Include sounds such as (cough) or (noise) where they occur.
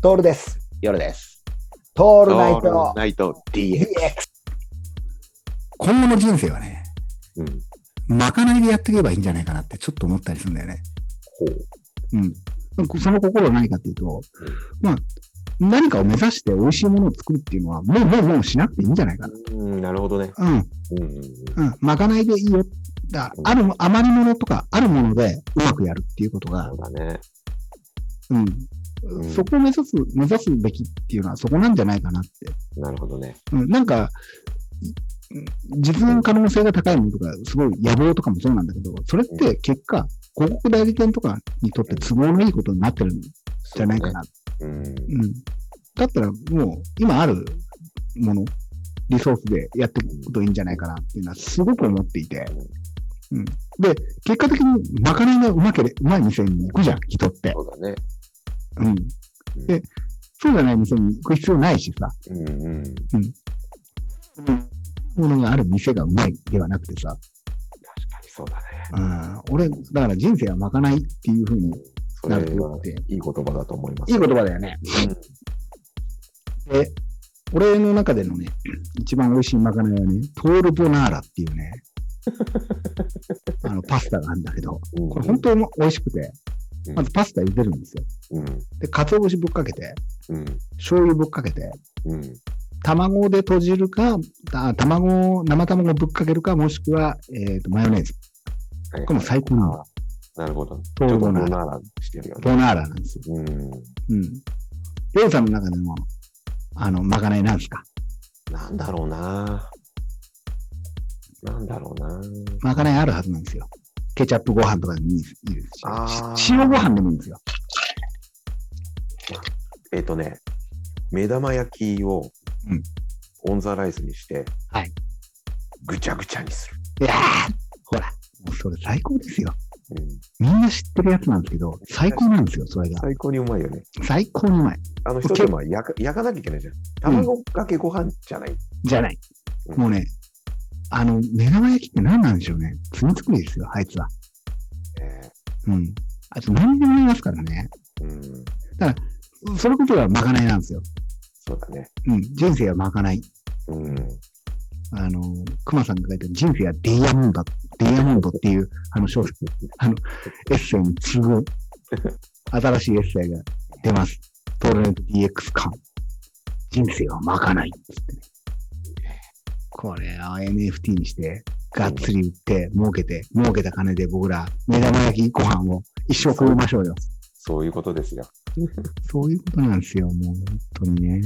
トールです。夜です。トオールナイトナイト DX。 DX。今後の人生はね、うん。まかないでやっていけばいいんじゃないかなってちょっと思ったりするんだよね。ほう。うん。その心は何かっていうと、まあ、何かを目指して美味しいものを作るっていうのは、もうもうもうしなくていいんじゃないかうん、なるほどね。な。うん。うんうん。うん。まかないでいいよ。だある、余り物とか、あるものでうまくやるっていうことがそう、だね。うん。うんそこを目指す、目指すべきっていうのはそこなんじゃないかなって。なるほどね。うん。なんか、うん実現可能性が高いものとか、すごい野望とかもそうなんだけど、それって結果、広告代理店とかにとって都合のいいことになってるんじじゃないかな。うん。うん。だったらもう今あるもの、リソースでやっていくこといいんじゃないかなっていうのはすごく思っていて。うん。で、結果的にまかないがうまけれ、うまい店に行くじゃん、人って。そうだね。うん。で、そうじゃない店に行く必要ないしさ。うんうん。うん。ものがある店がうまいではなくてさ。確かにそうだね。うん。俺、だから人生はまかないっていうふうにそれなはると思って。いい言葉だと思います。いい言葉だよね。で、俺の中でのね、一番美味しいまかないはね、トールボナーラっていうね、 (laughs) あの、パスタがあるんだけど、うん。これ本当に美味しくてう、んまずパスタ茹でるんですよ。うん。で、鰹節ぶっかけて、うん。醤油ぶっかけて、うん。卵でとじるか、あ卵、生卵ぶっかけるか、もしくは、えっ、と、マヨネーズ。はいこれも最高のなるほど。ちトょっーとルボボナナーーラ。ラしてるよね。ボナーラなんですよ。うん。うん。りょうさんの中での、あの、まかないなんですかなんだろうな。なんだろうな。まかないあるはずなんですよ。ケチャップご飯とかでもいいですいいですあーし、塩ご飯でもいいんですよ。えっ、とね、目玉焼きをうんオンザライスにして、はいぐちゃぐちゃにする。いやー、ほら、もうそれ最高ですよ。うんみんな知ってるやつなんですけど、最高なんですよ、それが。最高にうまいよね。最高にうまい。あのこ一れ手間焼か焼かなきゃいけないじゃん。卵かけご飯じゃない。じゃない。うんもうね、あの、目玉焼きって何なんでしょうね。罪作りですよ、あいつは。えうん。あいつ何でも言いますからね。ーうん、それこそがまかないなんですよ。そうだね。うん。人生はまかない。うん、あの、熊さんが書いた人生はデイヤモンド、デイヤモンドっていう、あの、小説、あの、エッセイに次ぐ、新しいエッセイが出ます。トールネット DX 館。人生はまかないっつってね。これを NFT にして、がっつり売って、儲けて、儲けた金で僕ら、目玉焼きご飯を一生食いましょうよ。そういうことですよ。そういうことなんですよ、もう、本当にね。